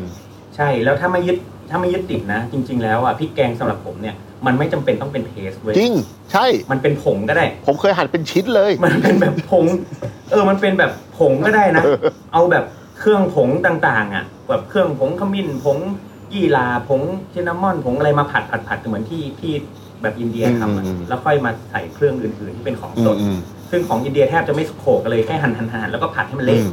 ใช่แล้วถ้าไม่ยึดถ้าไม่ยึดติดนะ จริง ๆ แล้วอ่ะพริกแกงสำหรับผมเนี่ยมันไม่จำเป็นต้องเป็นเพสเว้ย
จริง ใช่
มันเป็นผงก็ได้
ผมเคยหั่นเป็นชิ้นเลย
มันเป็นแบบผง เออ มันเป็นแบบผงก็ได้นะ เอาแบบเครื่องผงต่างๆ อ่ะ แบบเครื่องผงขมิ้นผงยี่ลาผงซินนามอนผงอะไรมาผัดผัดผัดเหมือนที่ที่แบบอินเดียทำอะ
อืม
แล้วค่อยมาใส่เครื่องอื่นๆที่เป็นของสด
อืม
ซึ่งของอินเดียแทบจะไม่สโขกกันเลยแค่หั่นหั่นหั่นแล้วก็ผัดให้มัน
อื
เละ
ม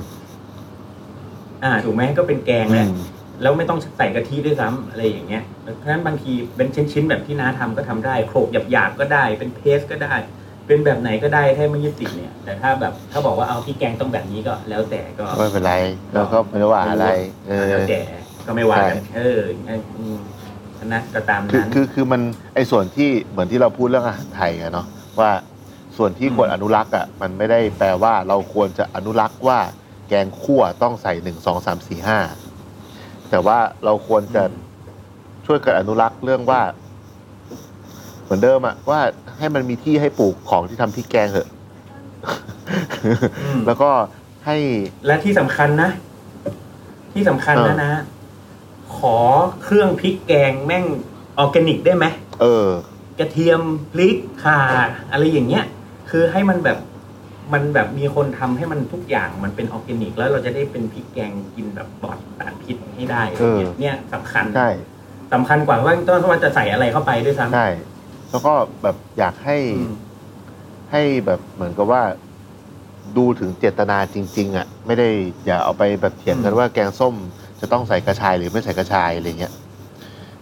อ่าถูกไหมก็เป็นแกง
อื
แล้ว
ม
แล้วไม่ต้องใส่กะทิด้วยซ้ำอะไรอย่างเงี้ยเพราะฉะนั้นบางทีเป็นชิ้นๆแบบที่น้าทำก็ทำได้โขลกหยาบๆก็ได้ เป็นเพสก็ได้ เป็นแบบไหนก็ได้ถ้าไม่ยึดติดเนี่ย แต่ถ้าแบบถ้าบอกว่าเอาพี่แกงต้องแบบนี้ก็แล้วแต่ก็
ไม่เป็นไรเราก็ไม่ได้ว่าอะไร เออ
แล้วแต่ก็ไม่ว่ากัน
ใช่
เอองั้นอืมนะก็ตาม
คือ
นั้น
คือคือมันไอ้ส่วนที่เหมือนที่เราพูดเรื่องอาหารไทยอะเนาะว่าส่วนที่ควรอนุรักษ์อะมันไม่ได้แปลว่าเราควรจะอนุรักษ์ว่าแกงขั่วต้องใส่หนึ่งสองสามสี่ห้าแต่ว่าเราควรจะ
อืม
ช่วยกันอนุรักษ์เรื่องว่า เหมือนเดิมอะว่าให้มันมีที่ให้ปลูกของที่ทำพริกแกงเถอะ
ม
แล้วก็ให้
และที่สำคัญนะ ที่สำคัญ
เออ
นะนะ ขอเครื่องพริกแกงแม่งออร์แกนิกได้ไหม
เออ
กระเทียมพริกข่าอะไรอย่างเงี้ย คือให้มันแบบมันแบบมีคนทำให้มันทุกอย่างมันเป็นออร์แกนิก แล้วเราจะได้เป็นพริกแกงกินแบบปลอดสารพิษให้ได้
เออ
เนี่ยสำคัญ
ใช่
สำคัญกว่าว่าต้นว่าจะใส่อะไรเข้าไปด้วยซ้ำ
ใช่ แล้วก็แบบอยากให้
อืม
ให้แบบเหมือนกับว่าดูถึงเจตนาจริง ๆ อ่ะ ไม่ได้อย่าเอาไปแบบเถียงกัน
อืม
ว่าแกงส้มจะต้องใส่กระชายหรือไม่ใส่กระชายอะไรเงี้ย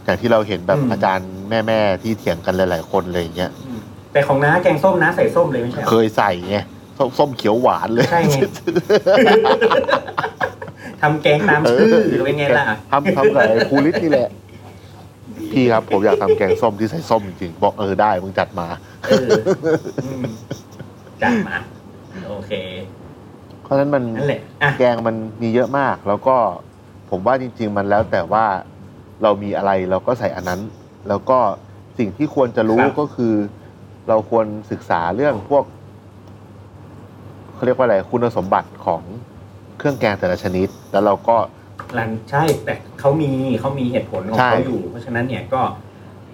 อย่างที่เราเห็นแบบ
อืม
อาจารย์แม่ ๆ ที่เถียงกันหลาย ๆ คนอะไรเงี้ย
อืมแต่ของน้าแกงส้มน้าใส่ส้มเลยไม่ใช่หรอ
เคยใส่ไงส้มส้มเขียวหวานเลย
ใช่ไง ทำแกงตามชื่อเป็นไงล่ะ
ทำทำกับไอ้ครูลิสนี่แหละ พี่ครับผมอยากทำแกงส้มที่ใส่ส้มจริงๆบอกเออได้มึงจัดมา
เอออืมจัดมาโอเค
เพราะฉะนั้นมัน
นั่นแหละอ่ะ
แกงมันมีเยอะมาก แล้วก็ผมว่าจริง ๆ มันแล้วแต่ว่าเรามีอะไรเราก็ใส่อันนั้น แล้วก็สิ่งที่ควรจะรู้
ครับ
ก็คือ เราควรศึกษาเรื่องพวกเขาเรียกว่าอะไรคุณสมบัติของเครื่องแกงแต่ละชนิด แล้วเราก็
รันใช่แต่เขามีเขามีเหตุผลของ
ใช่
เขาอยู่ เพราะฉะนั้นเนี่ยก็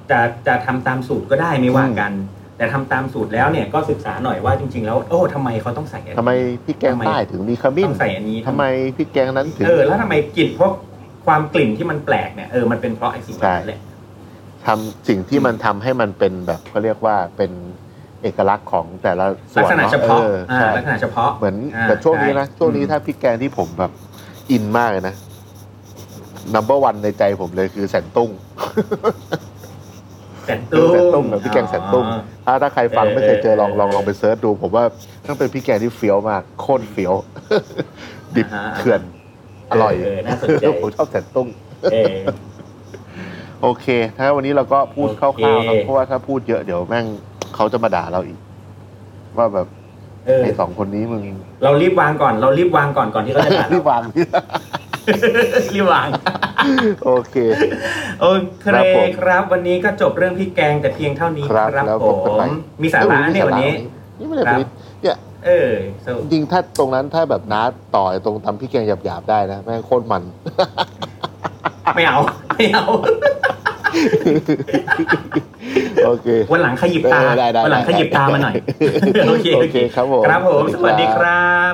จะจะทำตามสูตรก็ได้ไม่ว่ากัน แต่ทำตามสูตรแล้วเนี่ยก็ศึกษาหน่อยว่าจริง ๆ แล้วโอ้ทำไมเขาต้องใส่อันนี้
ทำไมพริกแกง
ทำไม
ใต้ถึงมีขมิ้
ต้
น
องใส่อันนี้
ทำไมพริกแกงนั้นถึง
เออแล้วทำไมกลิ่นเพราะความกลิ่นที่มันแปลกเนี่ยเออมันเป็นเพราะไอ้สิ่งเหล่านั้นแหละ
ทำสิ่งที่มันทำให้มันเป็นแบบเขาเรียกว่าเป็นเอกลักษณ์ของแต่ละส่
ลัก
วน
ษณะ
นอ
เฉพาะ
ออ
อ่า
ใช่
ลักษณะเฉพาะ
เหมือน
อ่า
แต่ช่วงนี้นะ
ใ
ช่วงนี้ถ้าพริกแกงที่ผมแบบอินมากเลยนะ number one ในใจผมเลยคือแสนตุ้ง
แสนตุ้ง
แสนตุ้งแบบพริกแกงแสนตุ้ง
อ๋อ
ถ้าถ้าใครฟัง
เออ
ไม่เคยเจอลอง
เออ
ลองลองไปเซิร์ชดู ผมว่าต้องเป็นพริกแกงที่เฟี้ยวมากโคตรเฟี้ยว ดิบ
อ่าฮะ
เขื่อน อร่อย
เออน่าสนใจ
ผมชอบแสนตุ้ง
เออ
โอเค ถ้าวันนี้เราก็พูดค
โอเค
ร่าวๆครับเพราะว่าถ้าพูดเยอะเดี๋ยวแม่งเขาจะมาด่าเราอีก ว่าแบบ
เออ
ไอ้สองคนนี้มึง
เรารีบวางก่อน เรารีบวางก่อนก่อนที่เขาจะด่า
รี
เรา
บวาง นี่
รีบวาง
โอเค
โอเค
ครับผม
ครับ วันนี้ก็จบเรื่องพี่แกงแต่เพียงเท่านี้
ครับ
ครับ
แล้ว
ผ
พบกันใหม่
มมีสาระเนี่ยวันนี้
นี่ไม่ได้
ครั
ผ
บ
ลิตเนี่ย
เออ so
จริงๆถ้าตรงนั้นถ้าแบบน้าต่อยตรงทำพี่แกงหยาบๆได้นะแม่งโคตรมัน
ไม่เอา ไม่เอา
โอเค
วันหลังขยิบตา
เออได้ได้
วันหลังขยิบตามาหน่อย
ได้
โอเค
โอเคครับผม
ครับผม ส
สวั
วัส
สดี
ดีค
ครั
รับ